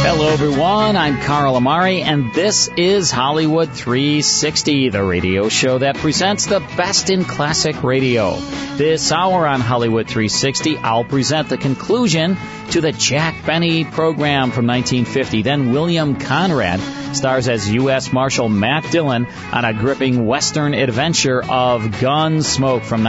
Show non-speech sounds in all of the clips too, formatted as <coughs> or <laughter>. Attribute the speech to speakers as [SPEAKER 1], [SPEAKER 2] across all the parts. [SPEAKER 1] Hello, everyone. I'm Carl Amari, and this is Hollywood 360, the radio show that presents the best in classic radio. This hour on Hollywood 360, I'll present the conclusion to the Jack Benny program from 1950. Then William Conrad stars as U.S. Marshal Matt Dillon on a gripping Western adventure of Gunsmoke from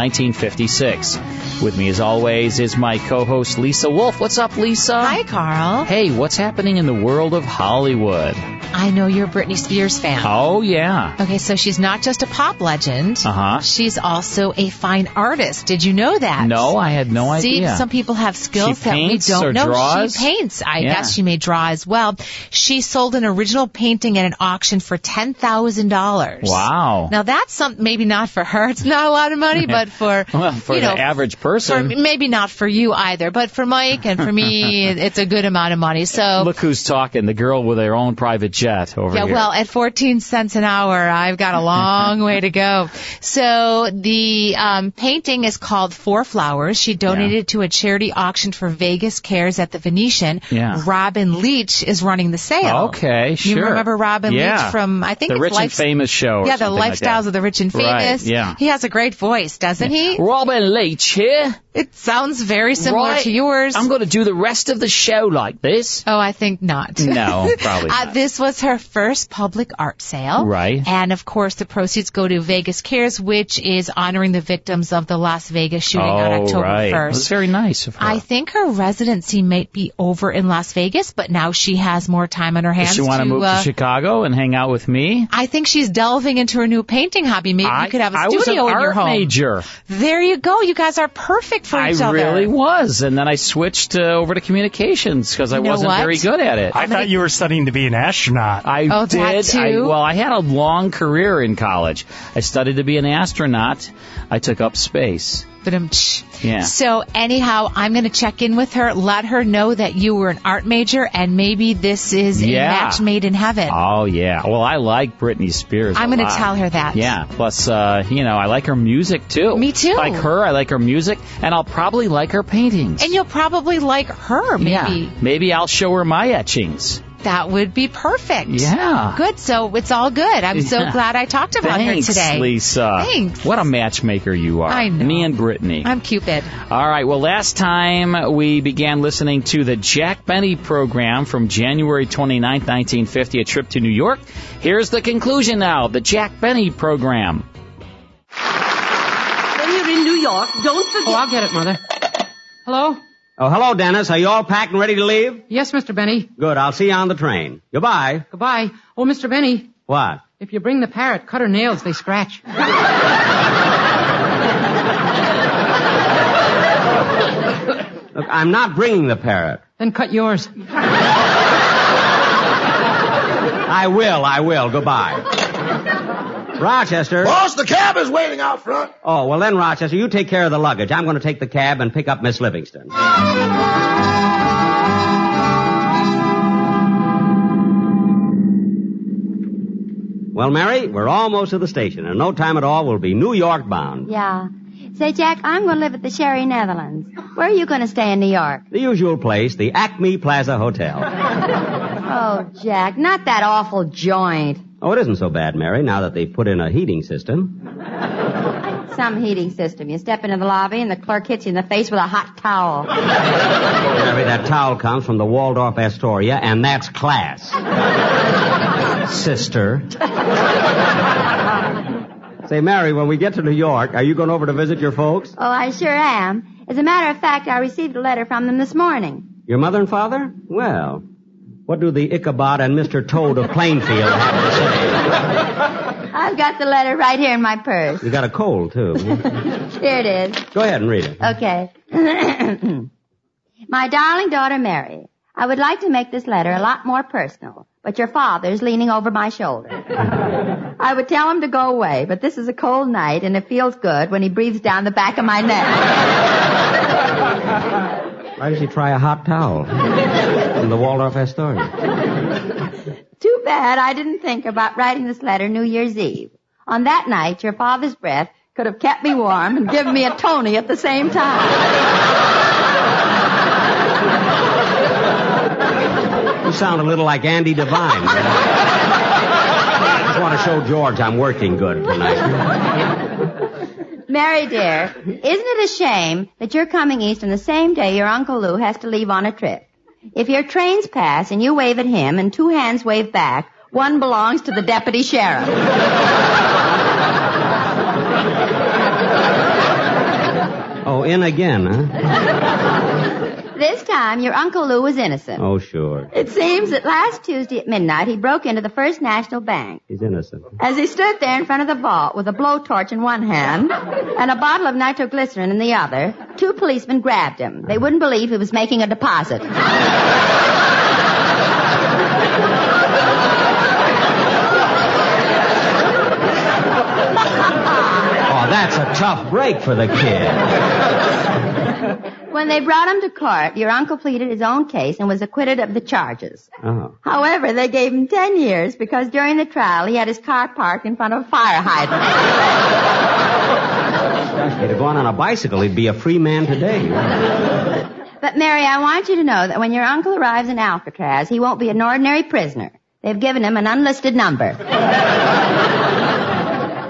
[SPEAKER 1] 1956. With me, as always, is my co-host Lisa Wolf. What's up, Lisa?
[SPEAKER 2] Hi, Carl.
[SPEAKER 1] Hey, what's happening in the world of Hollywood?
[SPEAKER 2] I know you're a Britney Spears fan.
[SPEAKER 1] Oh, yeah.
[SPEAKER 2] Okay, so she's not just a pop legend.
[SPEAKER 1] Uh-huh.
[SPEAKER 2] She's also a fine artist. Did you know that?
[SPEAKER 1] No, I had no
[SPEAKER 2] See,
[SPEAKER 1] idea.
[SPEAKER 2] some people have skills
[SPEAKER 1] She
[SPEAKER 2] that we
[SPEAKER 1] paints
[SPEAKER 2] don't
[SPEAKER 1] or
[SPEAKER 2] know.
[SPEAKER 1] draws?
[SPEAKER 2] She paints. I
[SPEAKER 1] Yeah.
[SPEAKER 2] guess she may draw as well. She sold an original painting at an auction for ten thousand dollars.
[SPEAKER 1] Wow.
[SPEAKER 2] Now that's something maybe not for her. It's not a lot
[SPEAKER 1] <laughs>
[SPEAKER 2] of money, but for
[SPEAKER 1] well, for
[SPEAKER 2] you
[SPEAKER 1] the
[SPEAKER 2] know,
[SPEAKER 1] average
[SPEAKER 2] for,
[SPEAKER 1] person,
[SPEAKER 2] maybe not for you either, but for Mike and
[SPEAKER 1] <laughs>
[SPEAKER 2] for me, it's a good amount of money. So
[SPEAKER 1] look who's talking, the girl with her own private jet over
[SPEAKER 2] yeah,
[SPEAKER 1] here.
[SPEAKER 2] well, at 14 cents an hour, I've got a long way to go. So the um, painting is called Four Flowers. She donated it to a charity auction for Vegas Cares at the Venetian.
[SPEAKER 1] Yeah. Oh,
[SPEAKER 2] Robin Leach is running the sale.
[SPEAKER 1] Okay, sure.
[SPEAKER 2] You remember Robin
[SPEAKER 1] Yeah.
[SPEAKER 2] Leach from I think
[SPEAKER 1] the
[SPEAKER 2] it's
[SPEAKER 1] Rich and
[SPEAKER 2] Lifes-
[SPEAKER 1] Famous show. Or
[SPEAKER 2] Yeah, the
[SPEAKER 1] something like
[SPEAKER 2] lifestyles
[SPEAKER 1] that.
[SPEAKER 2] of the rich and
[SPEAKER 1] Right,
[SPEAKER 2] famous.
[SPEAKER 1] yeah.
[SPEAKER 2] He has a great voice, doesn't he?
[SPEAKER 1] Robin Leach here.
[SPEAKER 2] It sounds very similar
[SPEAKER 1] Right.
[SPEAKER 2] to yours.
[SPEAKER 1] I'm going to do the rest of the show like this.
[SPEAKER 2] Oh, I think not.
[SPEAKER 1] No, probably
[SPEAKER 2] <laughs> Uh,
[SPEAKER 1] not.
[SPEAKER 2] this was her first public art sale.
[SPEAKER 1] Right.
[SPEAKER 2] And of course, the proceeds go to Vegas Cares, which is honoring the victims of the Las Vegas shooting on
[SPEAKER 1] oh,
[SPEAKER 2] October
[SPEAKER 1] right. Well, That's
[SPEAKER 2] 1st.
[SPEAKER 1] very nice of her.
[SPEAKER 2] I think her residency might be over in Las Vegas, but now she has more time on her hands.
[SPEAKER 1] Does she want to move
[SPEAKER 2] uh,
[SPEAKER 1] to Chicago and hang out with me?
[SPEAKER 2] I think she's delving into her new painting hobby. Maybe
[SPEAKER 1] I
[SPEAKER 2] you could have a
[SPEAKER 1] I was an
[SPEAKER 2] studio in
[SPEAKER 1] art
[SPEAKER 2] your home.
[SPEAKER 1] major.
[SPEAKER 2] There you go. You guys are perfect for
[SPEAKER 1] I
[SPEAKER 2] each other.
[SPEAKER 1] really was, and then I switched uh, over to communications because I
[SPEAKER 2] You know
[SPEAKER 1] wasn't
[SPEAKER 2] what?
[SPEAKER 1] very good at it.
[SPEAKER 3] I thought you were studying to be an astronaut.
[SPEAKER 1] I
[SPEAKER 2] Oh,
[SPEAKER 1] did.
[SPEAKER 2] that
[SPEAKER 1] I,
[SPEAKER 2] too?
[SPEAKER 1] well, I had a long career in college. I studied to be an astronaut. I took up space.
[SPEAKER 2] Ba-dum-tsh.
[SPEAKER 1] Yeah.
[SPEAKER 2] So anyhow, I'm going to check in with her, let her know that you were an art major, and maybe this is
[SPEAKER 1] Yeah.
[SPEAKER 2] a match made in heaven.
[SPEAKER 1] Oh yeah. Well, I like Britney Spears.
[SPEAKER 2] I'm
[SPEAKER 1] going to
[SPEAKER 2] tell her that.
[SPEAKER 1] Yeah. Plus, uh, you know, I like her music too.
[SPEAKER 2] Me too.
[SPEAKER 1] Like her, I like her music, and I'll probably like her paintings.
[SPEAKER 2] And you'll probably like her, maybe.
[SPEAKER 1] Yeah. Maybe I'll show her my etchings.
[SPEAKER 2] That would be perfect.
[SPEAKER 1] Yeah.
[SPEAKER 2] Good. So it's all good. I'm so
[SPEAKER 1] Yeah.
[SPEAKER 2] glad I talked about
[SPEAKER 1] Thanks,
[SPEAKER 2] her today.
[SPEAKER 1] Lisa.
[SPEAKER 2] Thanks.
[SPEAKER 1] What a matchmaker you are.
[SPEAKER 2] I know.
[SPEAKER 1] Me and Brittany.
[SPEAKER 2] I'm Cupid.
[SPEAKER 1] All right. Well, last time we began listening to the Jack Benny program from January 29, 1950, a trip to New York. Here's the conclusion now the Jack Benny program.
[SPEAKER 4] When you're in New York, don't forget.
[SPEAKER 5] Oh, I'll get it, Mother. Hello?
[SPEAKER 6] Oh, hello, Dennis. Are you all packed and ready to leave?
[SPEAKER 5] Yes, Mr. Benny.
[SPEAKER 6] Good. I'll see you on the train. Goodbye.
[SPEAKER 5] Goodbye. Oh, Mr. Benny,
[SPEAKER 6] What?
[SPEAKER 5] if you bring the parrot, cut her nails. They scratch.
[SPEAKER 6] Look, I'm not bringing the parrot.
[SPEAKER 5] Then cut yours.
[SPEAKER 6] I will. I will. Goodbye. Rochester.
[SPEAKER 7] <laughs> Boss, the cab is waiting out front.
[SPEAKER 6] Oh, well then, Rochester, you take care of the luggage. I'm going to take the cab and pick up Miss Livingston. Well, Mary, we're almost at the station. In no time at all, we'll be New York bound.
[SPEAKER 4] Yeah. Say, Jack, I'm going to live at the Sherry Netherlands. Where are you going to stay in New York?
[SPEAKER 6] The usual place, the Acme Plaza Hotel.
[SPEAKER 4] Oh, Jack, not that awful joint.
[SPEAKER 6] Oh, it isn't so bad, Mary, now that they've put in a heating system.
[SPEAKER 4] Some heating system. You step into the lobby and the clerk hits you in the face with a hot towel.
[SPEAKER 6] Mary, that towel comes from the Waldorf Astoria, and that's class. sister. Say, Mary, when we get to New York, are you going over to visit your folks?
[SPEAKER 4] Oh, I sure am. As a matter of fact, I received a letter from them this morning.
[SPEAKER 6] Your mother and father? Well, what do the Ichabod and Mr. Toad of Plainfield have to
[SPEAKER 4] I've got the letter right here in my purse.
[SPEAKER 6] say? You got a cold, too.
[SPEAKER 4] Here it is.
[SPEAKER 6] Go ahead and read it.
[SPEAKER 4] Okay. <coughs> My darling daughter Mary, I would like to make this letter a lot more personal, but your father's leaning over my shoulder. I would tell him to go away, but this is a cold night and it feels good when he breathes down the back of my neck. <laughs>
[SPEAKER 6] Why does he try a hot towel? From the Waldorf Astoria.
[SPEAKER 4] Too bad I didn't think about writing this letter New Year's Eve. On that night, your father's breath could have kept me warm and given me a Tony at the same time.
[SPEAKER 6] You sound a little like Andy Devine. I just want to show George I'm working good tonight.
[SPEAKER 4] Mary dear, isn't it a shame that you're coming east on the same day your Uncle Lou has to leave on a trip? If your trains pass and you wave at him and two hands wave back, one belongs to the deputy sheriff.
[SPEAKER 6] Oh, in again, huh?
[SPEAKER 4] This time your Uncle Lou was innocent.
[SPEAKER 6] Oh, sure.
[SPEAKER 4] It seems that last Tuesday at midnight he broke into the First National Bank.
[SPEAKER 6] He's innocent. Oh,
[SPEAKER 4] As he stood there in front of the vault with a blowtorch in one hand and a bottle of nitroglycerin in the other, two policemen grabbed him. They wouldn't believe he was making a deposit.
[SPEAKER 6] Oh, that's a tough break for the kid.
[SPEAKER 4] When they brought him to court, your uncle pleaded his own case and was acquitted of the charges.
[SPEAKER 7] <laughs>
[SPEAKER 6] Oh.
[SPEAKER 4] However, they gave him 10 years because during the trial he had his car parked in front of a fire hydrant.
[SPEAKER 6] He'd have gone on a bicycle, he'd be a free man today.
[SPEAKER 4] But Mary, I want you to know that when your uncle arrives in Alcatraz, he won't be an ordinary prisoner. They've given him an unlisted number.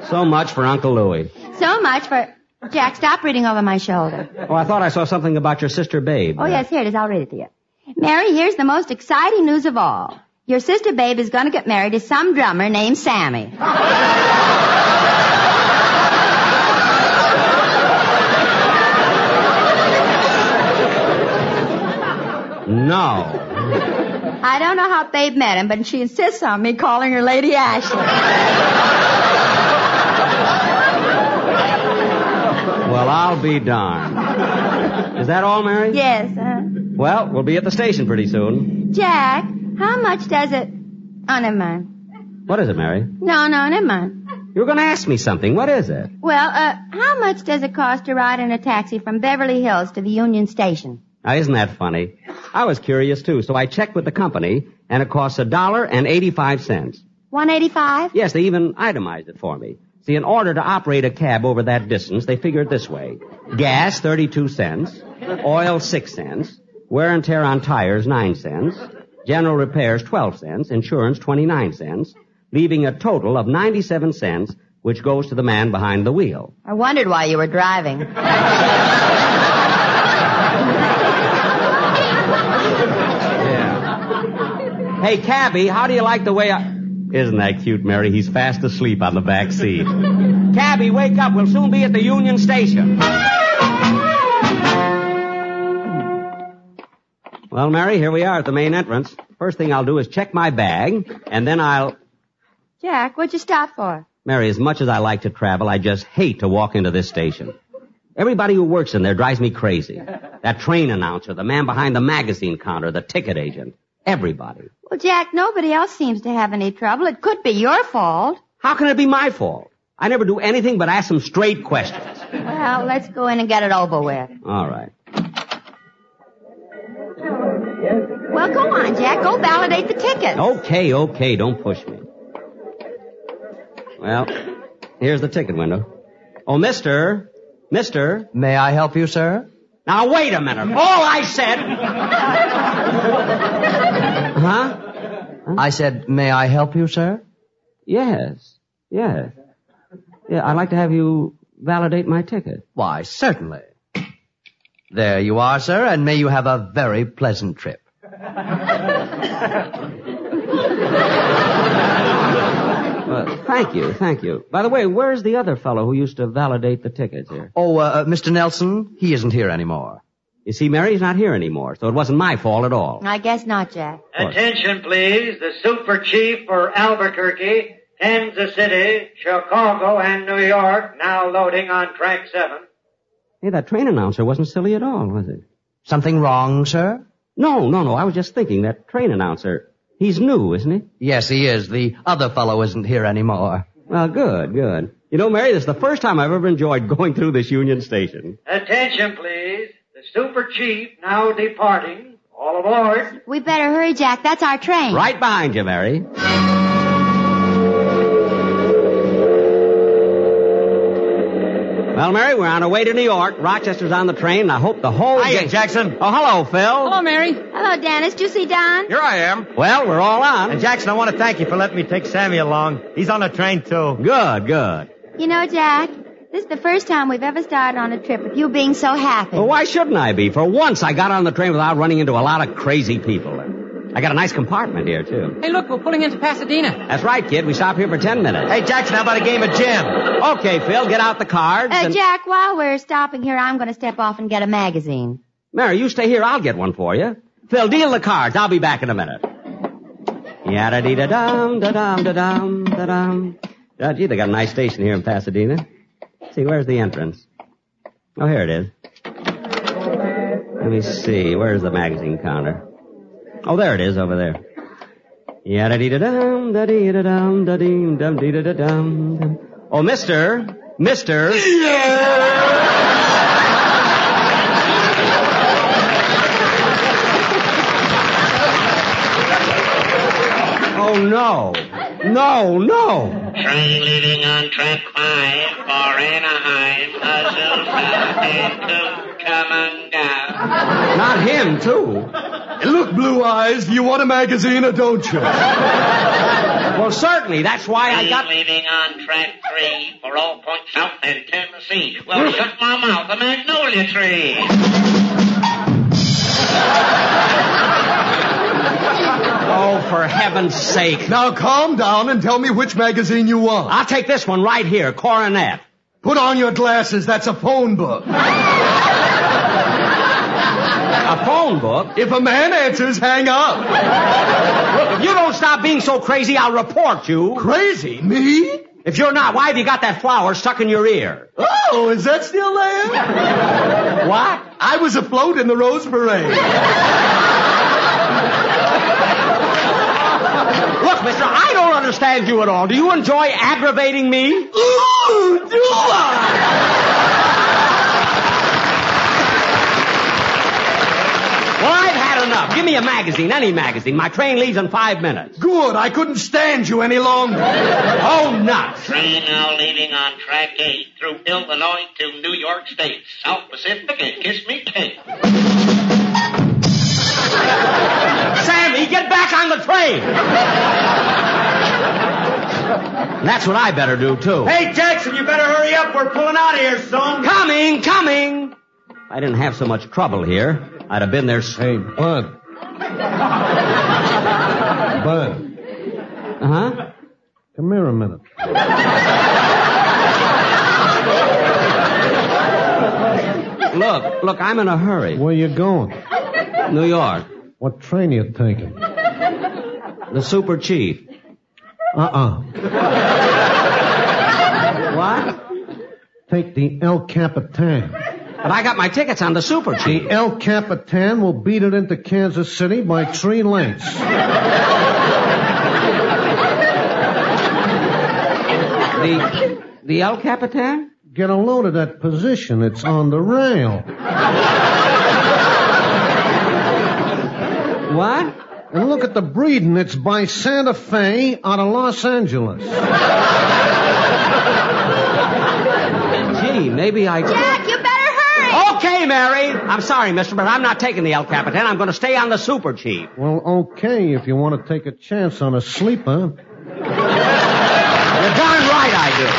[SPEAKER 6] So much for Uncle Louis.
[SPEAKER 4] So much for... Jack, stop reading over my shoulder.
[SPEAKER 6] Oh, I thought I saw something about your sister, Babe.
[SPEAKER 4] Oh, yes, here it is. I'll read it to you. Mary, here's the most exciting news of all. Your sister Babe is going to get married to some drummer named Sammy.
[SPEAKER 6] No.
[SPEAKER 4] I don't know how Babe met him, but she insists on me calling her Lady Ashley.
[SPEAKER 6] Well, I'll be darned. Is that all, Mary?
[SPEAKER 4] Yes. Uh,
[SPEAKER 6] Well, we'll be at the station pretty soon.
[SPEAKER 4] Jack, how much does it? Oh, never mind.
[SPEAKER 6] What is it, Mary?
[SPEAKER 4] No, no, never mind.
[SPEAKER 6] You were going to ask me something. What is it?
[SPEAKER 4] Well, uh, how much does it cost to ride in a taxi from Beverly Hills to the Union Station?
[SPEAKER 6] Now, isn't that funny? I was curious too, so I checked with the company, and it costs a dollar and eighty-five cents.
[SPEAKER 4] One eighty-five.
[SPEAKER 6] Yes, they even itemized it for me. See, in order to operate a cab over that distance, they figure it this way: gas thirty-two cents, oil six cents, wear and tear on tires nine cents, general repairs twelve cents, insurance twenty-nine cents, leaving a total of ninety-seven cents, which goes to the man behind the wheel.
[SPEAKER 4] I wondered why you were driving.
[SPEAKER 6] Hey, cabby, how do you like the way I? Isn't that cute, Mary? He's fast asleep on the back seat. Cabby, wake up. We'll soon be at the Union Station. Well, Mary, here we are at the main entrance. First thing I'll do is check my bag, and then I'll.
[SPEAKER 4] Jack, what'd you stop for?
[SPEAKER 6] Mary, as much as I like to travel, I just hate to walk into this station. Everybody who works in there drives me crazy. That train announcer, the man behind the magazine counter, the ticket agent, everybody.
[SPEAKER 4] Well, Jack, nobody else seems to have any trouble. It could be your fault.
[SPEAKER 6] How can it be my fault? I never do anything but ask some straight questions.
[SPEAKER 4] Well, let's go in and get it over with.
[SPEAKER 6] All right.
[SPEAKER 4] Well, go on, Jack. Go validate the ticket.
[SPEAKER 6] Okay, okay, don't push me. Well, here's the ticket window. Oh, mister, mister. May I help you, sir? Now, wait a minute. All I said. Huh?
[SPEAKER 8] I said, may I help you, sir?
[SPEAKER 6] Yes, yes. Yeah, I'd like to have you validate my ticket.
[SPEAKER 8] Why, certainly. There you are, sir, and may you have a very pleasant trip.
[SPEAKER 6] Thank you, thank you. By the way, where's the other fellow who used to validate the tickets here?
[SPEAKER 8] Oh, uh, uh, Mr. Nelson, he isn't here anymore.
[SPEAKER 6] You see, Mary, he's not here anymore, so it wasn't my fault at all.
[SPEAKER 4] I guess not, Jack.
[SPEAKER 9] Attention, please. The super chief for Albuquerque, Kansas City, Chicago, and New York now loading on track seven.
[SPEAKER 6] Hey, that train announcer wasn't silly at all, was it?
[SPEAKER 8] Something wrong, sir?
[SPEAKER 6] No, no, no. I was just thinking that train announcer. He's new, isn't he?
[SPEAKER 8] Yes, he is. The other fellow isn't here anymore.
[SPEAKER 6] Well, good, good. You know, Mary, this is the first time I've ever enjoyed going through this Union Station.
[SPEAKER 9] Attention, please. The super chief now departing. All aboard.
[SPEAKER 4] We better hurry, Jack. That's our train.
[SPEAKER 6] Right behind you, Mary. Well, Mary, we're on our way to New York. Rochester's on the train, and I hope the whole.
[SPEAKER 8] Hiya, Jackson.
[SPEAKER 6] Oh, hello, Phil.
[SPEAKER 5] Hello, Mary.
[SPEAKER 4] Hello, Dennis. Do you see Don?
[SPEAKER 10] Here I am.
[SPEAKER 6] Well, we're all on.
[SPEAKER 11] And Jackson, I want to thank you for letting me take Sammy along. He's on the train too.
[SPEAKER 6] Good, good.
[SPEAKER 4] You know, Jack, this is the first time we've ever started on a trip with you being so happy.
[SPEAKER 6] Well, why shouldn't I be? For once, I got on the train without running into a lot of crazy people. I got a nice compartment here, too.
[SPEAKER 5] Hey, look, we're pulling into Pasadena.
[SPEAKER 6] That's right, kid. We stop here for ten minutes.
[SPEAKER 11] Hey, Jackson, how about a game of gin?
[SPEAKER 6] Okay, Phil, get out the cards.
[SPEAKER 4] Uh,
[SPEAKER 6] and-
[SPEAKER 4] Jack, while we're stopping here, I'm going to step off and get a magazine.
[SPEAKER 6] Mary, you stay here. I'll get one for you. Phil, deal the cards. I'll be back in a minute. Yada dee da dum da dum da dum da dum. Oh, gee, they got a nice station here in Pasadena. See, where's the entrance? Oh, here it is. Let me see. Where's the magazine counter? Oh, there it is over there. Yada dee da dum da dee da dum da dee dum dee da da dum. dum. Oh, Mister, Mister. Oh no. No, no.
[SPEAKER 9] Train leaving on track five for Anaheim, Azusa, and two, come on down.
[SPEAKER 6] Not him, too.
[SPEAKER 12] Look, Blue Eyes, do you want a magazine or don't you?
[SPEAKER 6] Well, certainly. That's why I got.
[SPEAKER 9] leaving on track three for All Point South and Tennessee. Well, shut my mouth, a magnolia tree.
[SPEAKER 6] Oh, for heaven's sake.
[SPEAKER 12] Now calm down and tell me which magazine you want.
[SPEAKER 6] I'll take this one right here, Coronet.
[SPEAKER 12] Put on your glasses, that's a phone book.
[SPEAKER 6] A phone book?
[SPEAKER 12] If a man answers, hang up.
[SPEAKER 6] Look, if you don't stop being so crazy, I'll report you.
[SPEAKER 12] Crazy, me?
[SPEAKER 6] If you're not, why have you got that flower stuck in your ear?
[SPEAKER 12] Oh, is that still there?
[SPEAKER 6] What?
[SPEAKER 12] I was afloat in the Rose Parade.
[SPEAKER 6] Look, mister, I don't understand you at all. Do you enjoy aggravating me?
[SPEAKER 12] Ooh, do I?
[SPEAKER 6] Well, I've had enough. Give me a magazine, any magazine. My train leaves in five minutes.
[SPEAKER 12] Good, I couldn't stand you any longer.
[SPEAKER 6] Oh, nuts.
[SPEAKER 9] Train now leaving on track eight through Illinois to New York State, South Pacific, and kiss me cake.
[SPEAKER 6] Sammy, get back on the train. That's what I better do, too.
[SPEAKER 9] Hey, Jackson, you better hurry up. We're pulling out of here, son.
[SPEAKER 6] Coming, coming. If I didn't have so much trouble here, I'd have been there same.
[SPEAKER 10] Bud. Bud,
[SPEAKER 6] Uh huh.
[SPEAKER 10] come here a minute.
[SPEAKER 6] Look, look, I'm in a hurry.
[SPEAKER 10] Where you going?
[SPEAKER 6] New York.
[SPEAKER 10] What train you taking?
[SPEAKER 6] The super chief.
[SPEAKER 10] Uh-uh.
[SPEAKER 6] What?
[SPEAKER 10] Take the El Capitan.
[SPEAKER 6] But I got my tickets on the super chief.
[SPEAKER 10] The El Capitan will beat it into Kansas City by three lengths.
[SPEAKER 6] The, the El Capitan?
[SPEAKER 10] Get a load of that position. It's on the rail.
[SPEAKER 6] What?
[SPEAKER 10] And look at the breeding. It's by Santa Fe out of Los Angeles.
[SPEAKER 6] Gee, maybe I.
[SPEAKER 4] Jack, you better hurry.
[SPEAKER 6] Okay, Mary. I'm sorry, mister, but I'm not taking the El Capitan. I'm going to stay on the super chief.
[SPEAKER 10] Well, okay, if you want to take a chance on a sleeper.
[SPEAKER 6] You're darn right I do.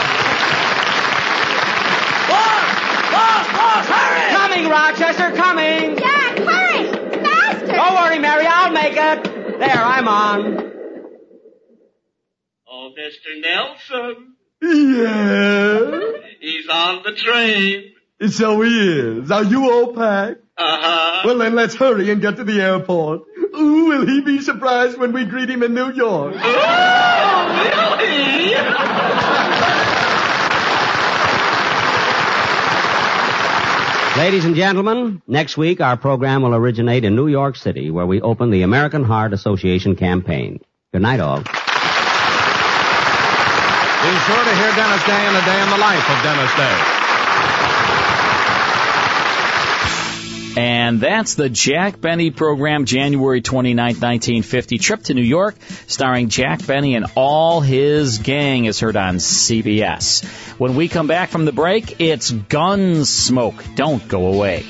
[SPEAKER 6] Coming, Rochester, coming.
[SPEAKER 4] Jack, hurry. Faster.
[SPEAKER 6] Don't worry, Mary. I'll make it. There, I'm on.
[SPEAKER 13] Oh, Mr. Nelson.
[SPEAKER 12] Yeah.
[SPEAKER 13] He's on the train.
[SPEAKER 12] So he is. Are you all packed?
[SPEAKER 13] Uh-huh.
[SPEAKER 12] Well, then let's hurry and get to the airport. Ooh, will he be surprised when we greet him in New York?
[SPEAKER 9] Oh,
[SPEAKER 6] Ladies and gentlemen, next week our program will originate in New York City where we open the American Heart Association campaign. Good night all.
[SPEAKER 14] Be sure to hear Dennis Day and the Day in the Life of Dennis Day.
[SPEAKER 1] And that's the Jack Benny program, January 29, 1950. Trip to New York, starring Jack Benny and all his gang, is heard on CBS. When we come back from the break, it's Gunsmoke. Don't go away.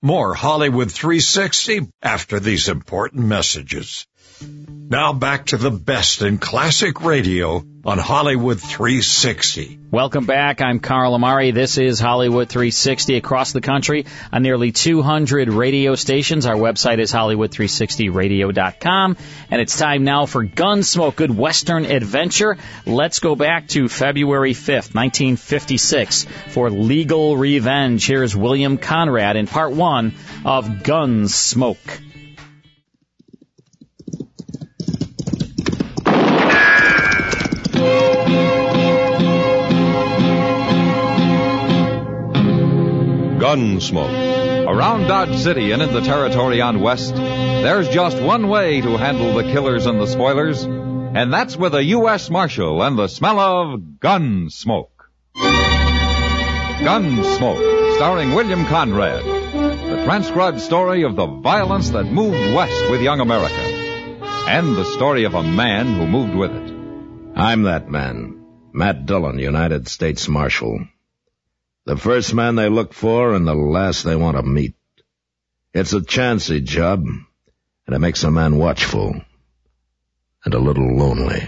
[SPEAKER 15] More Hollywood 360 after these important messages. Now back to the best in classic radio on Hollywood 360.
[SPEAKER 1] Welcome back. I'm Carl Amari. This is Hollywood 360 across the country on nearly 200 radio stations. Our website is Hollywood360radio.com. And it's time now for Gunsmoke, Good Western Adventure. Let's go back to February 5th, 1956 for Legal Revenge. Here's William Conrad in part one of Gunsmoke.
[SPEAKER 16] Gunsmoke. Around Dodge City and in the territory on West, there's just one way to handle the killers and the spoilers, and that's with a U.S. Marshal and the smell of Gunsmoke. Gunsmoke, starring William Conrad. The transcribed story of the violence that moved west with young America, and the story of a man who moved with it.
[SPEAKER 17] I'm that man, Matt Dillon, United States Marshal. The first man they look for and the last they want to meet. It's a chancy job, and it makes a man watchful and a little lonely.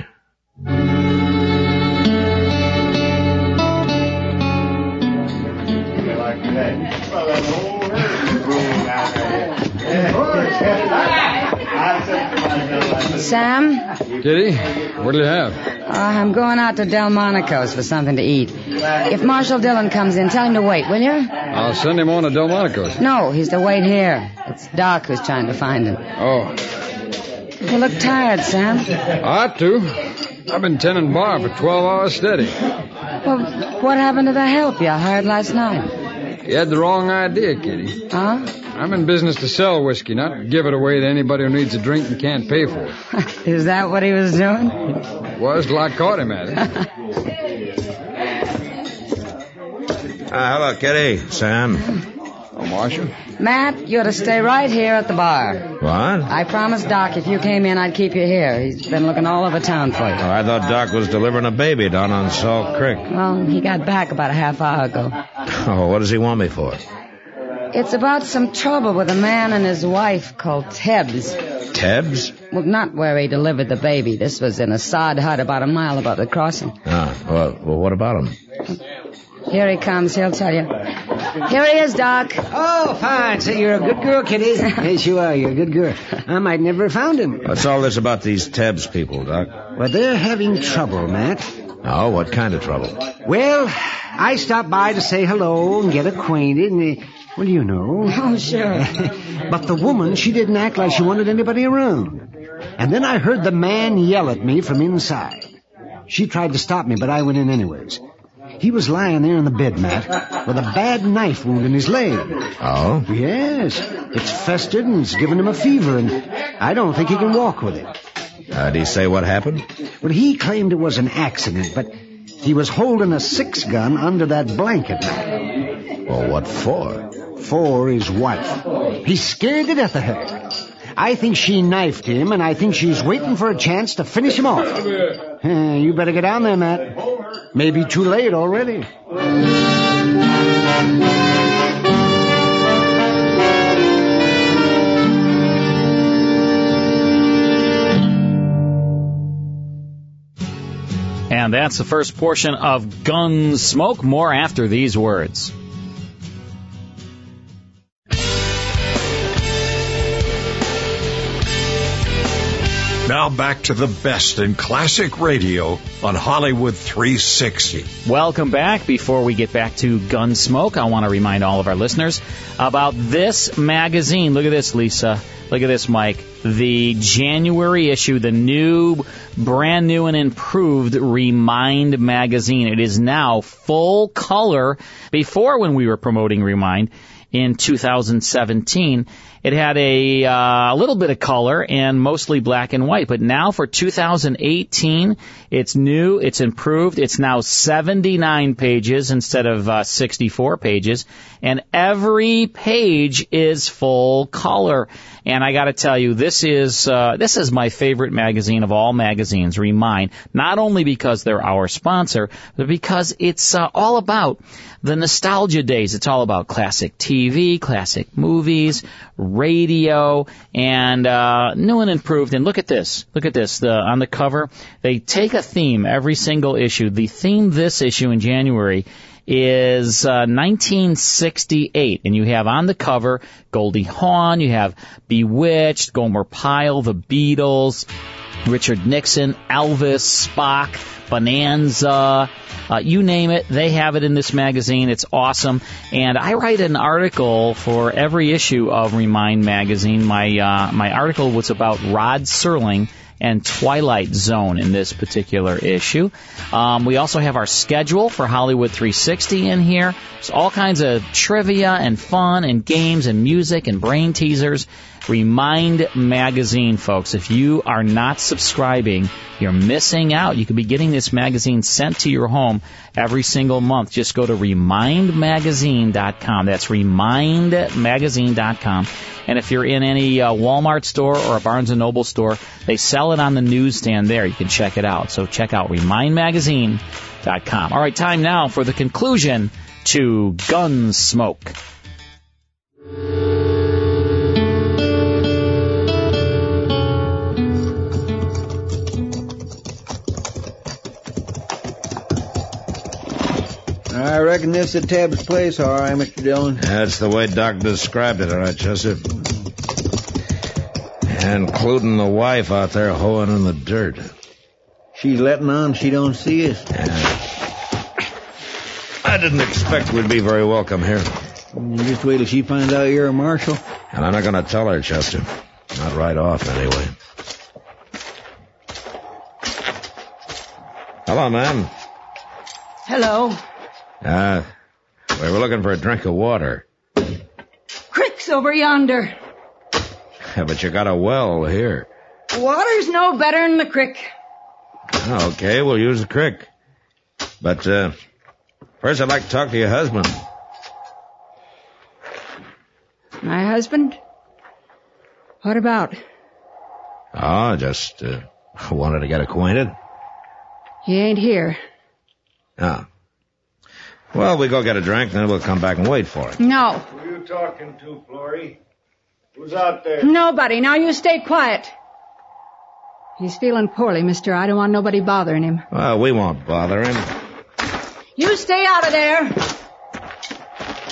[SPEAKER 18] Sam,
[SPEAKER 19] Kitty, what'll you have?
[SPEAKER 18] uh, I'm going out to Delmonico's for something to eat. If Marshal Dillon comes in, tell him to wait, will you?
[SPEAKER 19] I'll send him on to Delmonico's.
[SPEAKER 18] No, he's to wait here. It's Doc who's trying to find him.
[SPEAKER 19] Oh,
[SPEAKER 18] You look tired, Sam.
[SPEAKER 19] I ought to. I've been tending bar for 12 hours steady.
[SPEAKER 18] Well, what happened to the help you hired last night?
[SPEAKER 19] You had the wrong idea, Kitty.
[SPEAKER 18] Huh? <laughs>
[SPEAKER 19] I'm in business to sell whiskey, not give it away to anybody who needs a drink and can't pay for it.
[SPEAKER 18] Is that what he was doing? <laughs>
[SPEAKER 19] Was till I caught him at it.
[SPEAKER 17] Ah, hello, Kitty. Sam. Oh, Marshal.
[SPEAKER 18] Matt, you're to stay right here at the bar.
[SPEAKER 17] What?
[SPEAKER 18] I promised Doc if you came in, I'd keep you here. He's been looking all over town for you.
[SPEAKER 17] Oh, I thought Doc was delivering a baby down on Salt Creek.
[SPEAKER 18] Well, he got back about a half hour ago.
[SPEAKER 17] Oh, what does he want me for?
[SPEAKER 18] It's about some trouble with a man and his wife called Tebbs.
[SPEAKER 17] Tebbs?
[SPEAKER 18] Well, not where he delivered the baby. This was in a sod hut about a mile above the crossing.
[SPEAKER 17] Ah, well, well what about him?
[SPEAKER 18] Here he comes. He'll tell you. Here he is, Doc.
[SPEAKER 20] Oh, fine. So you're a good girl, Kitty.
[SPEAKER 18] <laughs>
[SPEAKER 20] yes, you are. You're a good girl. I might never have found him.
[SPEAKER 17] What's all this about these Tebbs people, Doc?
[SPEAKER 20] Well, they're having trouble, Matt.
[SPEAKER 17] Oh, what kind of trouble?
[SPEAKER 20] Well, I stopped by to say hello and get acquainted, and uh, well, you know.
[SPEAKER 18] <laughs> Oh, sure.
[SPEAKER 20] <laughs> but the woman, she didn't act like she wanted anybody around. And then I heard the man yell at me from inside. She tried to stop me, but I went in anyways. He was lying there in the bed, Matt, with a bad knife wound in his leg.
[SPEAKER 17] Oh?
[SPEAKER 20] Yes. It's festered and it's given him a fever, and I don't think he can walk with it.
[SPEAKER 17] Uh, did he say what happened?
[SPEAKER 20] Well, he claimed it was an accident, but he was holding a six gun under that blanket, Matt.
[SPEAKER 17] Well, what for?
[SPEAKER 20] For his wife. He scared to death of her. I think she knifed him, and I think she's waiting for a chance to finish him off. Eh, you better get down there, Matt. Maybe too late already.
[SPEAKER 1] And that's the first portion of Gunsmoke. More after these words.
[SPEAKER 15] Now back to the best in classic radio on Hollywood 360.
[SPEAKER 1] Welcome back. Before we get back to Gunsmoke, I want to remind all of our listeners about this magazine. Look at this, Lisa. Look at this, Mike. The January issue, the new, brand new and improved Remind magazine. It is now full color. Before, when we were promoting Remind in 2017, it had a uh, little bit of color and mostly black and white, but now for 2018, it's new, it's improved, it's now 79 pages instead of uh, 64 pages, and every page is full color. And I got to tell you, this is uh, this is my favorite magazine of all magazines, Remind. Not only because they're our sponsor, but because it's uh, all about the nostalgia days. It's all about classic TV, classic movies, radio, and uh, new and improved. And look at this. Look at this. The, on the cover, they take a theme every single issue. The theme this issue in January is uh, 1968, and you have on the cover Goldie Hawn, you have Bewitched, Gomer Pyle, The Beatles, Richard Nixon, Elvis, Spock, Bonanza, uh, you name it, they have it in this magazine. It's awesome. And I write an article for every issue of Remind magazine. My uh, my article was about Rod Serling and Twilight Zone in this particular issue. Um, we also have our schedule for Hollywood 360 in here. There's all kinds of trivia and fun and games and music and brain teasers. Remind Magazine, folks. If you are not subscribing, you're missing out. You could be getting this magazine sent to your home every single month. Just go to remindmagazine.com. That's remindmagazine.com. And if you're in any uh, Walmart store or a Barnes and Noble store, they sell it on the newsstand there. You can check it out. So check out remindmagazine.com. All right, time now for the conclusion to Gunsmoke.
[SPEAKER 21] I reckon this is Tab's place, all right, Mr. Dillon.
[SPEAKER 17] That's the way Doc described it, all right, Joseph. Including the wife out there hoeing in the dirt.
[SPEAKER 21] She's letting on she don't see us.
[SPEAKER 17] I didn't expect we'd be very welcome here.
[SPEAKER 21] Just wait till she finds out you're a marshal.
[SPEAKER 17] And I'm not going to tell her, Chester. Not right off, anyway. Hello, ma'am.
[SPEAKER 22] Hello.
[SPEAKER 17] Uh, we were looking for a drink of water.
[SPEAKER 22] Crick's over yonder.
[SPEAKER 17] but you got a well here.
[SPEAKER 22] Water's no better'n the crick.
[SPEAKER 17] Oh, Okay, we'll use the creek. But, uh, first I'd like to talk to your husband.
[SPEAKER 22] My husband? What about?
[SPEAKER 17] Oh, just, uh, <laughs> wanted to get acquainted.
[SPEAKER 22] He ain't here.
[SPEAKER 17] Oh. Well, we go get a drink, then we'll come back and wait for it.
[SPEAKER 22] No.
[SPEAKER 23] Who you talking to, Florrie? Who's out there?
[SPEAKER 22] Nobody. Now you stay quiet. He's feeling poorly, mister. I don't want nobody bothering him.
[SPEAKER 17] Well, we won't bother him.
[SPEAKER 22] You stay out of there.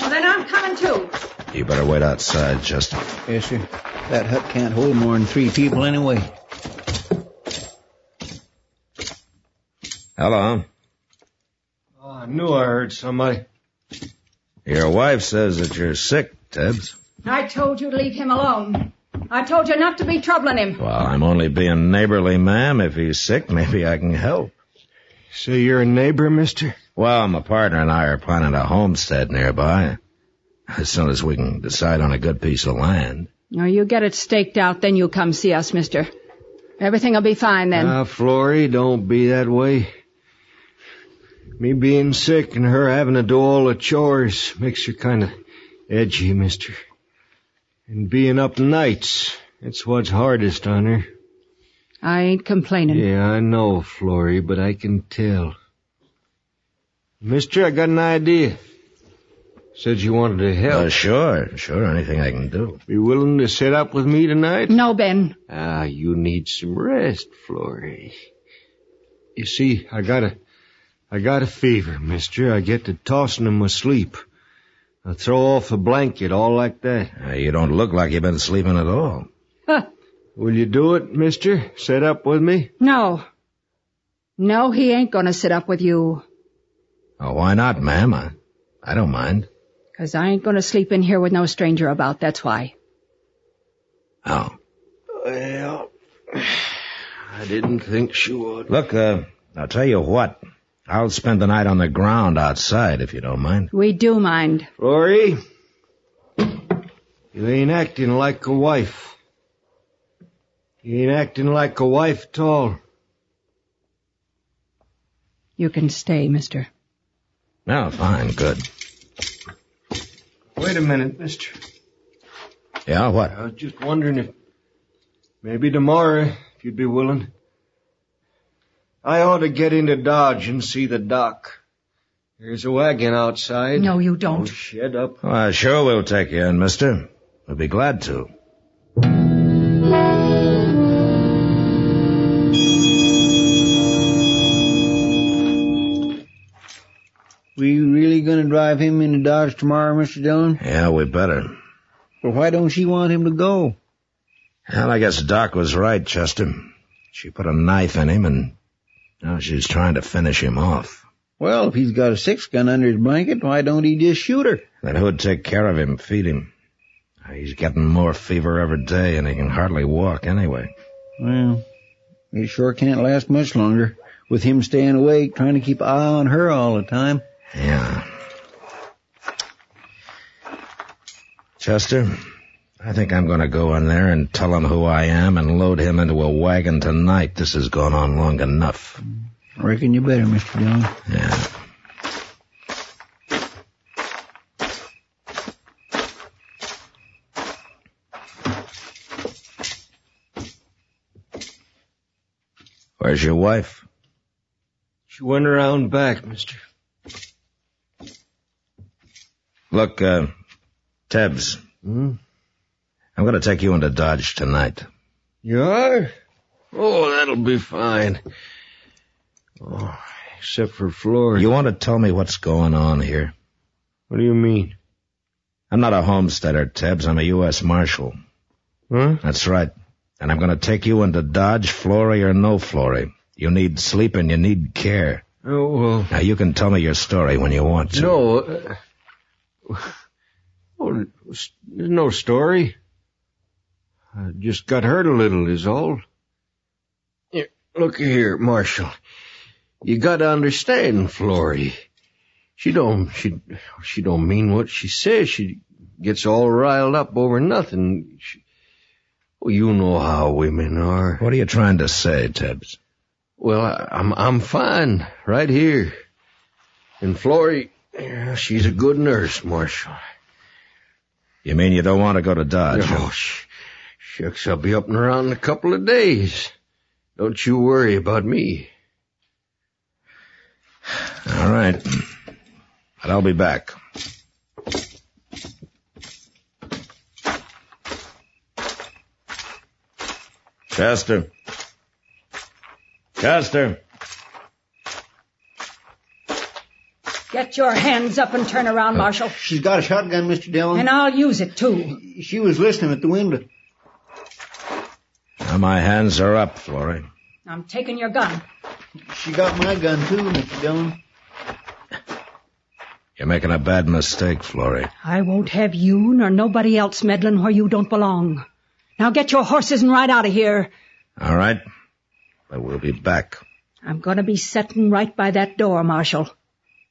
[SPEAKER 22] Well, then I'm coming too.
[SPEAKER 17] You better wait outside, Justin.
[SPEAKER 21] Yes, sir. That hut can't hold more than three people anyway.
[SPEAKER 17] Hello.
[SPEAKER 23] Oh, I knew I heard somebody.
[SPEAKER 17] Your wife says that you're sick, Tibbs.
[SPEAKER 22] I told you to leave him alone. I told you not to be troubling him.
[SPEAKER 17] Well, I'm only being neighborly, ma'am. If he's sick, maybe I can help.
[SPEAKER 23] So you're a neighbor, mister?
[SPEAKER 17] Well, my partner and I are planning a homestead nearby. As soon as we can decide on a good piece of land.
[SPEAKER 22] No, you get it staked out, then you come see us, mister. Everything'll be fine then.
[SPEAKER 23] Ah, Florrie, don't be that way. Me being sick and her having to do all the chores makes her kind of edgy, mister. And being up nights, that's what's hardest on her.
[SPEAKER 22] I ain't complaining.
[SPEAKER 23] Yeah, I know, Florrie, but I can tell. Mister, I got an idea. Said you wanted to help.
[SPEAKER 17] Uh, sure, sure. Anything I can do.
[SPEAKER 23] Be willing to set up with me tonight?
[SPEAKER 22] No, Ben.
[SPEAKER 23] Mm-hmm. Ah, you need some rest, Florrie. You see, I got a, I got a fever, mister. I get to tossing in my sleep. I throw off a blanket, all like that.
[SPEAKER 17] Uh, you don't look like you've been sleeping at all.
[SPEAKER 23] Will you do it, mister? Set up with me?
[SPEAKER 22] No. No, he ain't gonna sit up with you.
[SPEAKER 17] Oh, why not, ma'am? I, I don't mind.
[SPEAKER 22] 'Cause I ain't gonna sleep in here with no stranger about, that's why.
[SPEAKER 17] Oh.
[SPEAKER 23] Well, I didn't think she would.
[SPEAKER 17] Look, uh, I'll tell you what. I'll spend the night on the ground outside, if you don't mind.
[SPEAKER 22] We do mind.
[SPEAKER 23] Rory, you ain't acting like a wife. You ain't acting like a wife at all.
[SPEAKER 22] You can stay, mister.
[SPEAKER 17] No, fine, good.
[SPEAKER 23] Wait a minute, mister.
[SPEAKER 17] Yeah, what?
[SPEAKER 23] I was just wondering if maybe tomorrow, if you'd be willing. I ought to get into Dodge and see the dock. There's a wagon outside.
[SPEAKER 22] No, you don't.
[SPEAKER 23] Oh, shut up.
[SPEAKER 17] Well, sure we'll take you in, mister. We'll be glad to.
[SPEAKER 21] We really gonna drive him into Dodge tomorrow, Mr. Dillon?
[SPEAKER 17] Yeah, we better.
[SPEAKER 21] Well, why don't she want him to go?
[SPEAKER 17] Well, I guess Doc was right, Chester. She put a knife in him and now she's trying to finish him off.
[SPEAKER 21] Well, if he's got a six gun under his blanket, why don't he just shoot her?
[SPEAKER 17] Then who'd take care of him, feed him? He's getting more fever every day and he can hardly walk anyway.
[SPEAKER 21] Well, he sure can't last much longer. With him staying awake, trying to keep an eye on her all the time.
[SPEAKER 17] Yeah. Chester, I think I'm gonna go in there and tell him who I am and load him into a wagon tonight. This has gone on long enough.
[SPEAKER 21] Reckon you better, Mr. Dillon.
[SPEAKER 17] Yeah. Where's your wife?
[SPEAKER 23] She went around back, mister.
[SPEAKER 17] Look, uh, Tebbs.
[SPEAKER 23] Hmm?
[SPEAKER 17] I'm gonna take you into Dodge tonight.
[SPEAKER 23] You are? Oh, that'll be fine. Oh, except for Florida.
[SPEAKER 17] You want to tell me what's going on here?
[SPEAKER 23] What do you mean?
[SPEAKER 17] I'm not a homesteader, Tebbs. I'm a U.S. Marshal.
[SPEAKER 23] Huh?
[SPEAKER 17] That's right. And I'm gonna take you into Dodge, Flory or no Flory. You need sleep and you need care.
[SPEAKER 23] Oh, well.
[SPEAKER 17] Now you can tell me your story when you want to.
[SPEAKER 23] No. Uh, <laughs> oh, there's no story. I just got hurt a little is all. Here, look here, Marshal. You gotta understand, Florrie. She don't, she, she don't mean what she says. She gets all riled up over nothing. She, oh, you know how women are.
[SPEAKER 17] What are you trying to say, Tibbs?
[SPEAKER 23] Well, I, I'm, I'm fine right here. And Florrie, yeah, she's a good nurse, Marshal.
[SPEAKER 17] You mean you don't want to go to Dodge?
[SPEAKER 23] Oh, sh- shucks, I'll be up and around in a couple of days. Don't you worry about me.
[SPEAKER 17] All right. But I'll be back. Chester. Chester.
[SPEAKER 22] Get your hands up and turn around, Marshal.
[SPEAKER 21] She's got a shotgun, Mr. Dillon.
[SPEAKER 22] And I'll use it too.
[SPEAKER 21] She was listening at the window.
[SPEAKER 17] Now my hands are up, Florrie.
[SPEAKER 22] I'm taking your gun.
[SPEAKER 21] She got my gun too, Mr. Dillon.
[SPEAKER 17] You're making a bad mistake, Florrie.
[SPEAKER 22] I won't have you nor nobody else meddling where you don't belong. Now get your horses and ride out of here.
[SPEAKER 17] All right. But we'll be back.
[SPEAKER 22] I'm gonna be setting right by that door, Marshal.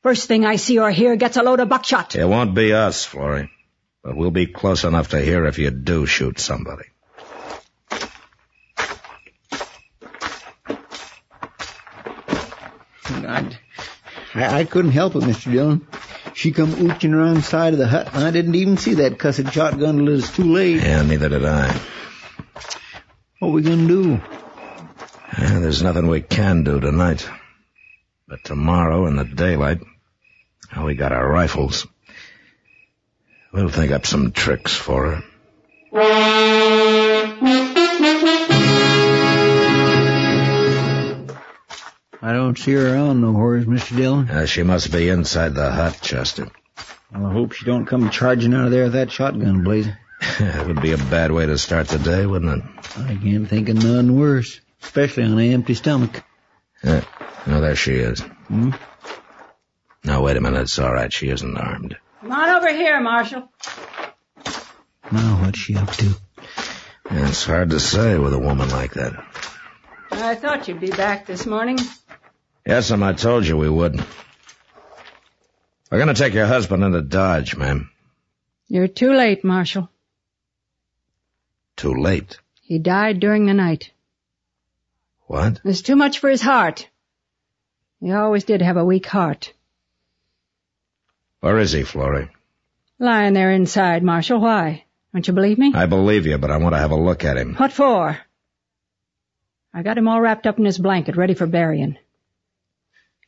[SPEAKER 22] First thing I see or hear gets a load of buckshot.
[SPEAKER 17] It won't be us, Florrie. But we'll be close enough to hear if you do shoot somebody.
[SPEAKER 21] I, I, I couldn't help it, Mr. Dillon. She come ooching around the side of the hut, and I didn't even see that cussed shotgun till it was too late.
[SPEAKER 17] Yeah, neither did I.
[SPEAKER 21] What we gonna do?
[SPEAKER 17] Yeah, there's nothing we can do tonight. But tomorrow in the daylight, well, we got our rifles. We'll think up some tricks for her.
[SPEAKER 21] I don't see her on no horse, Mr. Dillon.
[SPEAKER 17] Uh, she must be inside the hut, Chester. <laughs>
[SPEAKER 21] Well, I hope she don't come charging out of there with that shotgun blazing.
[SPEAKER 17] That would be a bad way to start the day, wouldn't it?
[SPEAKER 21] I can't think of none worse, especially on an empty stomach.
[SPEAKER 17] Yeah. No, there she is. Hmm? No, wait a minute. It's all right. She isn't armed.
[SPEAKER 7] Come on over here, Marshal.
[SPEAKER 17] Now, what's she up to? It's hard to say with a woman like that.
[SPEAKER 7] I thought you'd be back this morning.
[SPEAKER 17] Yes, ma'am, I told you we would. We're going to take your husband into Dodge, ma'am.
[SPEAKER 22] You're too late, Marshal.
[SPEAKER 17] Too late.
[SPEAKER 22] He died during the night.
[SPEAKER 17] What?
[SPEAKER 22] It was too much for his heart. He always did have a weak heart.
[SPEAKER 17] Where is he, Florrie?
[SPEAKER 22] Lying there inside, Marshal. Why? Don't you believe me?
[SPEAKER 17] I believe you, but I want to have a look at him.
[SPEAKER 22] What for? I got him all wrapped up in his blanket, ready for burying.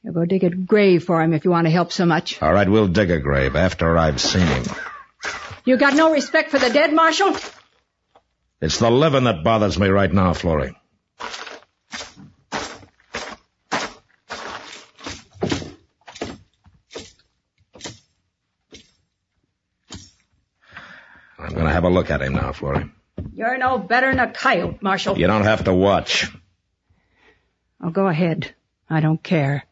[SPEAKER 22] You'll go dig a grave for him if you want to help so much.
[SPEAKER 17] All right, we'll dig a grave after I've seen him.
[SPEAKER 22] You got no respect for the dead, Marshal?
[SPEAKER 17] It's the living that bothers me right now, Florrie. I'm going to have a look at him now, Florrie.
[SPEAKER 22] You're no better than a coyote, Marshal.
[SPEAKER 17] You don't have to watch.
[SPEAKER 22] Oh, go ahead. I don't care.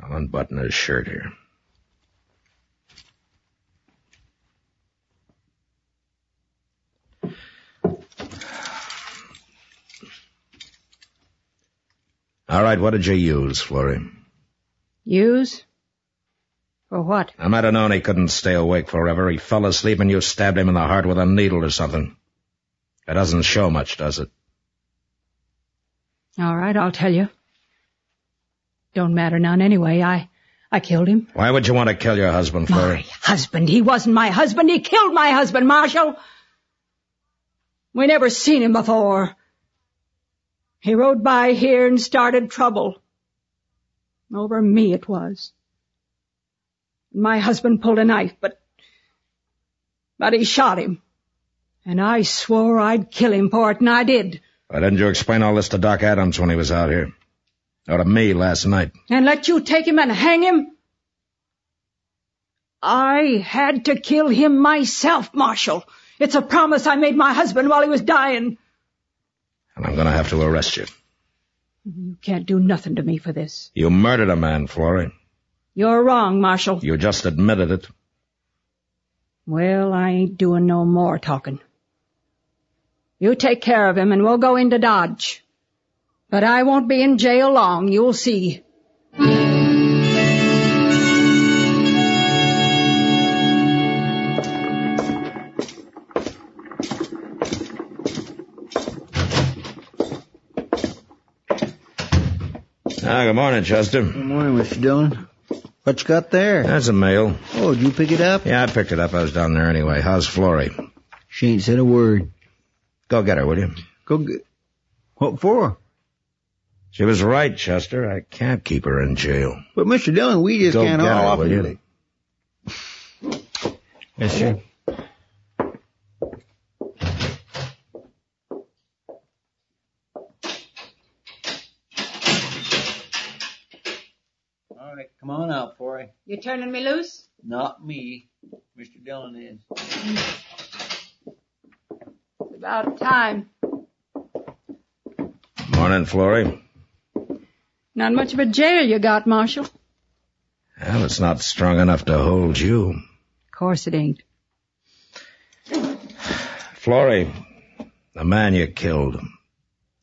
[SPEAKER 17] I'll unbutton his shirt here. All right, what did you use, Florrie?
[SPEAKER 22] Use? For what?
[SPEAKER 17] I might have known he couldn't stay awake forever. He fell asleep and you stabbed him in the heart with a needle or something. It doesn't show much, does it?
[SPEAKER 22] All right, I'll tell you. Don't matter none anyway. I, I killed him.
[SPEAKER 17] Why would you want to kill your husband, Florrie?
[SPEAKER 22] Husband. He wasn't my husband. He killed my husband, Marshal. We never seen him before. He rode by here and started trouble. Over me it was. My husband pulled a knife, but, but he shot him. And I swore I'd kill him for it, and I did.
[SPEAKER 17] Why didn't you explain all this to Doc Adams when he was out here? Or to me last night?
[SPEAKER 22] And let you take him and hang him? I had to kill him myself, Marshal. It's a promise I made my husband while he was dying.
[SPEAKER 17] And I'm going to have to arrest you.
[SPEAKER 22] You can't do nothing to me for this.
[SPEAKER 17] You murdered a man, Florrie.
[SPEAKER 22] You're wrong, Marshal.
[SPEAKER 17] You just admitted it.
[SPEAKER 22] Well, I ain't doing no more talking. You take care of him and we'll go into Dodge. But I won't be in jail long, you'll see.
[SPEAKER 17] Ah, good morning, Chester. Good
[SPEAKER 21] morning, Mr. Dillon. What you got there?
[SPEAKER 17] That's a mail.
[SPEAKER 21] Oh, did you pick it up?
[SPEAKER 17] Yeah, I picked it up. I was down there anyway. How's Florrie?
[SPEAKER 21] She ain't said a word.
[SPEAKER 17] Go get her, will you?
[SPEAKER 21] Go get... What for?
[SPEAKER 17] She was right, Chester. I can't keep her in jail.
[SPEAKER 21] But, Mr. Dillon, we just
[SPEAKER 17] Go
[SPEAKER 21] can't
[SPEAKER 17] get her,
[SPEAKER 21] offer
[SPEAKER 17] will
[SPEAKER 21] you.
[SPEAKER 17] you? Yes, sir.
[SPEAKER 21] All right, come on out, Florrie.
[SPEAKER 7] You turning me loose?
[SPEAKER 21] Not me. Mr. Dillon is.
[SPEAKER 7] It's about time.
[SPEAKER 17] Morning, Florrie.
[SPEAKER 22] Not much of a jail you got, Marshal. Of
[SPEAKER 17] Well, it's not strong enough to hold you.
[SPEAKER 22] course it ain't.
[SPEAKER 17] Florrie, the man you killed.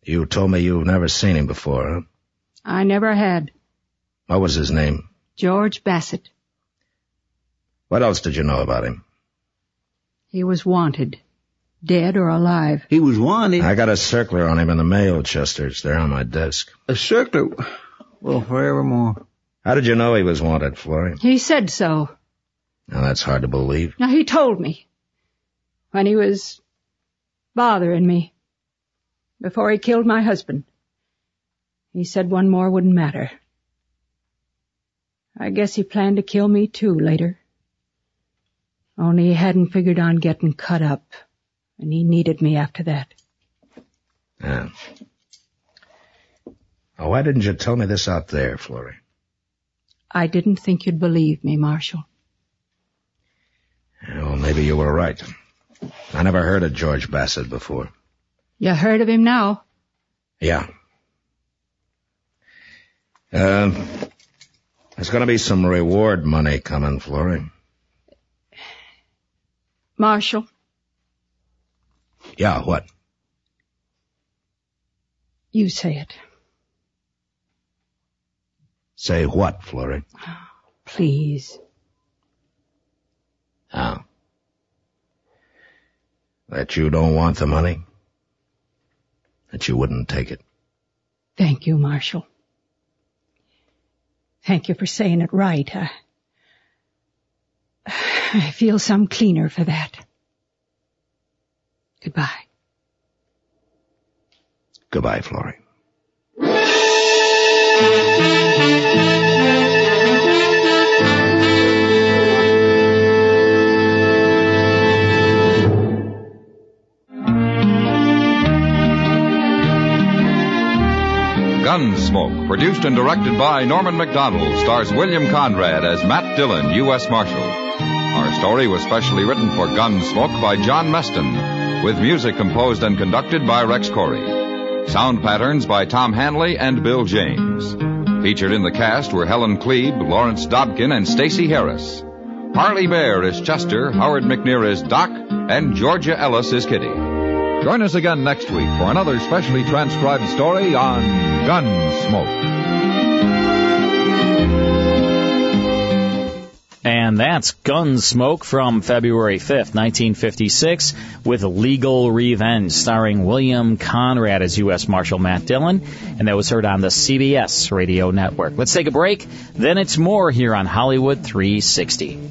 [SPEAKER 17] You told me you've never seen him before, huh?
[SPEAKER 22] I never had.
[SPEAKER 17] What was his name?
[SPEAKER 22] George Bassett.
[SPEAKER 17] What else did you know about him?
[SPEAKER 22] He was wanted. Dead or alive.
[SPEAKER 21] He was wanted.
[SPEAKER 17] I got a circular on him in the mail, Chester. It's there on my desk.
[SPEAKER 21] A circler. Well, forevermore.
[SPEAKER 17] How did you know he was wanted, Florrie?
[SPEAKER 22] He said so.
[SPEAKER 17] Now that's hard to believe.
[SPEAKER 22] Now he told me. When he was bothering me. Before he killed my husband. He said one more wouldn't matter. I guess he planned to kill me too later. Only he hadn't figured on getting cut up. And he needed me after that.
[SPEAKER 17] Yeah. Oh, why didn't you tell me this out there, Florrie?
[SPEAKER 22] I didn't think you'd believe me, Marshal.
[SPEAKER 17] Well, maybe you were right. I never heard of George Bassett before.
[SPEAKER 22] You heard of him now.
[SPEAKER 17] Yeah. Uh, there's going to be some reward money coming, Florrie.
[SPEAKER 22] Marshal,
[SPEAKER 17] Yeah, what?
[SPEAKER 22] you say it.
[SPEAKER 17] Say what, Florrie?
[SPEAKER 22] Please.
[SPEAKER 17] Oh. That you don't want the money? That you wouldn't take it?
[SPEAKER 22] Thank you, Marshal. Thank you for saying it right. I, I feel some cleaner for that. Goodbye.
[SPEAKER 17] Goodbye, Florrie.
[SPEAKER 16] Gunsmoke, produced and directed by Norman McDonald, stars William Conrad as Matt Dillon, U.S. Marshal. Our story was specially written for Gunsmoke by John Meston, with music composed and conducted by Rex Corey. Sound patterns by Tom Hanley and Bill James. Featured in the cast were Helen Klebe, Lawrence Dobkin, and Stacey Harris. Harley Bear is Chester, Howard McNear is Doc, and Georgia Ellis is Kitty. Join us again next week for another specially transcribed story on Gunsmoke.
[SPEAKER 1] And that's Gunsmoke from February 5th, 1956, with Legal Revenge, starring William Conrad as U.S. Marshal Matt Dillon. And that was heard on the CBS radio network. Let's take a break. Then it's more here on Hollywood 360.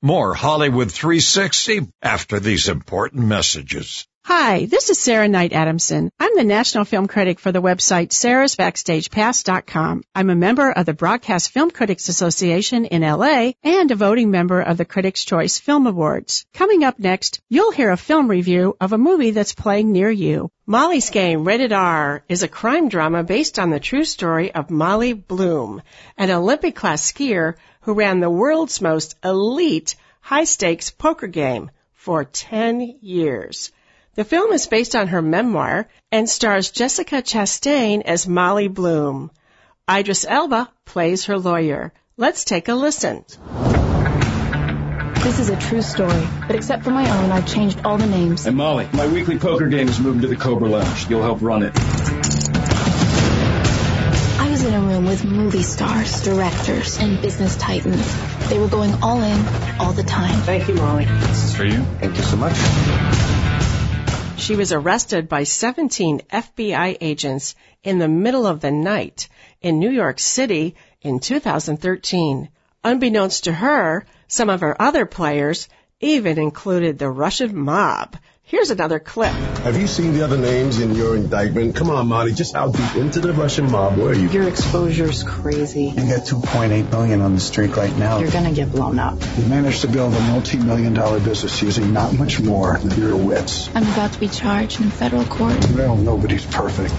[SPEAKER 15] More Hollywood 360 after these important messages.
[SPEAKER 24] Hi, this is Sarah Knight Adamson. I'm the national film critic for the website sarahsbackstagepass.com. I'm a member of the Broadcast Film Critics Association in LA and a voting member of the Critics' Choice Film Awards. Coming up next, you'll hear a film review of a movie that's playing near you.
[SPEAKER 25] Molly's Game, rated R, is a crime drama based on the true story of Molly Bloom, an Olympic class skier who ran the world's most elite high stakes poker game for 10 years. The film is based on her memoir and stars Jessica Chastain as Molly Bloom. Idris Elba plays her lawyer. Let's take a listen.
[SPEAKER 3] This is a true story, but except for my own, I've changed all the names.
[SPEAKER 19] And Molly, my weekly poker game is moving to the Cobra Lounge. You'll help run it.
[SPEAKER 3] I was in a room with movie stars, directors, and business titans. They were going all in, all the time. Thank you, Molly.
[SPEAKER 19] This is for you. Thank you so much.
[SPEAKER 25] She was arrested by 17 FBI agents in the middle of the night in New York City in 2013. Unbeknownst to her, some of her other players even included the Russian mob. Here's another clip.
[SPEAKER 26] Have you seen the other names in your indictment? Come on, Molly, just how deep into the Russian mob were you? Your exposure's crazy. You got 2.8 billion on the street right now.
[SPEAKER 27] You're gonna get blown up.
[SPEAKER 26] You managed to build a multi-million dollar business using not much more than your wits.
[SPEAKER 3] I'm about to be charged in federal court.
[SPEAKER 26] Well, nobody's perfect.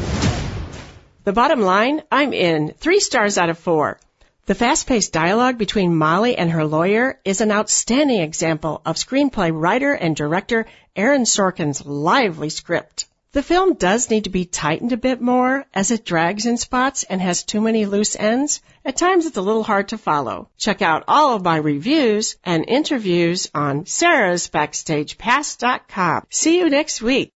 [SPEAKER 25] The bottom line, I'm in. Three stars out of four. The fast-paced dialogue between Molly and her lawyer is an outstanding example of screenplay writer and director Aaron Sorkin's lively script. The film does need to be tightened a bit more as it drags in spots and has too many loose ends. At times it's a little hard to follow. Check out all of my reviews and interviews on sarahsbackstagepass.com. See you next week.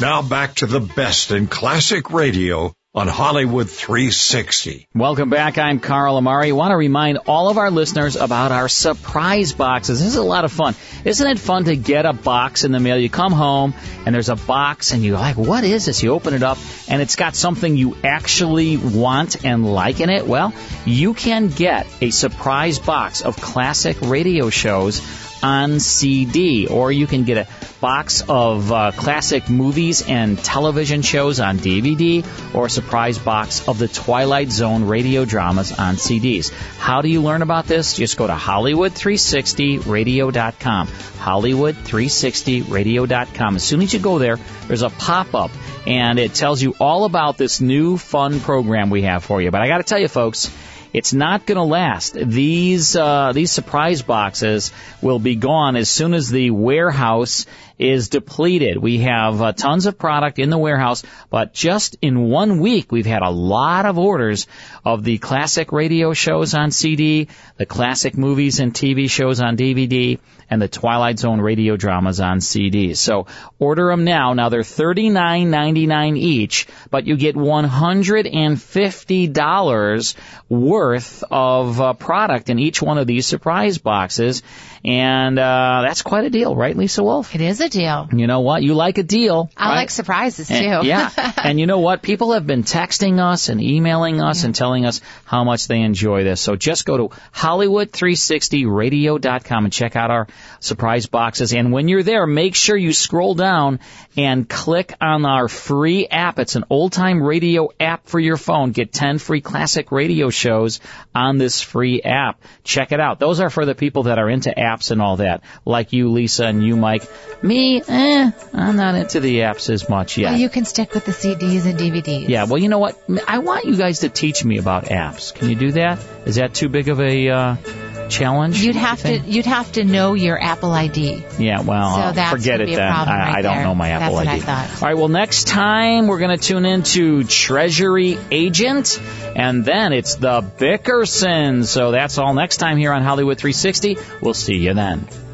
[SPEAKER 15] Now back to the best in classic radio on Hollywood 360.
[SPEAKER 1] Welcome back. I'm Carl Amari. Want to remind all of our listeners about our surprise boxes. This is a lot of fun. Isn't it fun to get a box in the mail? You come home and there's a box and you're like, what is this? You open it up and it's got something you actually want and like in it. Well, you can get a surprise box of classic radio shows on CD, or you can get a box of uh, classic movies and television shows on DVD, or a surprise box of the Twilight Zone radio dramas on CDs. How do you learn about this? Just go to Hollywood360radio.com. Hollywood360radio.com. As soon as you go there, there's a pop up, and it tells you all about this new fun program we have for you. But I got to tell you, folks, It's not going to last. These uh, these surprise boxes will be gone as soon as the warehouse is depleted. We have uh, tons of product in the warehouse, but just in one week, we've had a lot of orders of the classic radio shows on CD, the classic movies and TV shows on DVD, and the Twilight Zone radio dramas on CD. So order them now. Now they're $39.99 each, but you get $150 worth of uh, product in each one of these surprise boxes. And uh, that's quite a deal, right, Lisa Wolf?
[SPEAKER 4] It is a deal.
[SPEAKER 1] You know what? You like a deal.
[SPEAKER 4] I
[SPEAKER 1] right?
[SPEAKER 4] like surprises too.
[SPEAKER 1] And- yeah.
[SPEAKER 2] <laughs>
[SPEAKER 1] and you know what? People have been texting us and emailing us and telling us how much they enjoy this. So just go to Hollywood360radio.com and check out our surprise boxes. And when you're there, make sure you scroll down and click on our free app. It's an old time radio app for your phone. Get 10 free classic radio shows on this free app. Check it out. Those are for the people that are into apps and all that, like you, Lisa, and you, Mike. Me, eh, I'm not into the apps as much yet.
[SPEAKER 4] Well, you can stick with the CDs and DVDs.
[SPEAKER 1] Yeah, well, you know what? I want you guys to teach me about apps. Can you do that? Is that too big of a uh, challenge?
[SPEAKER 4] You'd have to
[SPEAKER 1] think?
[SPEAKER 4] you'd have to know your Apple ID.
[SPEAKER 1] Yeah, well,
[SPEAKER 4] So
[SPEAKER 1] uh,
[SPEAKER 4] that's
[SPEAKER 1] forget
[SPEAKER 4] gonna
[SPEAKER 1] it
[SPEAKER 4] be a
[SPEAKER 1] then.
[SPEAKER 4] problem
[SPEAKER 1] I,
[SPEAKER 4] right
[SPEAKER 1] I don't
[SPEAKER 4] there.
[SPEAKER 1] know my
[SPEAKER 4] That's
[SPEAKER 1] Apple
[SPEAKER 4] what I
[SPEAKER 1] ID.
[SPEAKER 4] thought.
[SPEAKER 1] All right, well, next time we're going to tune into Treasury Agent, and then it's the Bickerson. So that's all next time here on Hollywood 360. We'll see you then.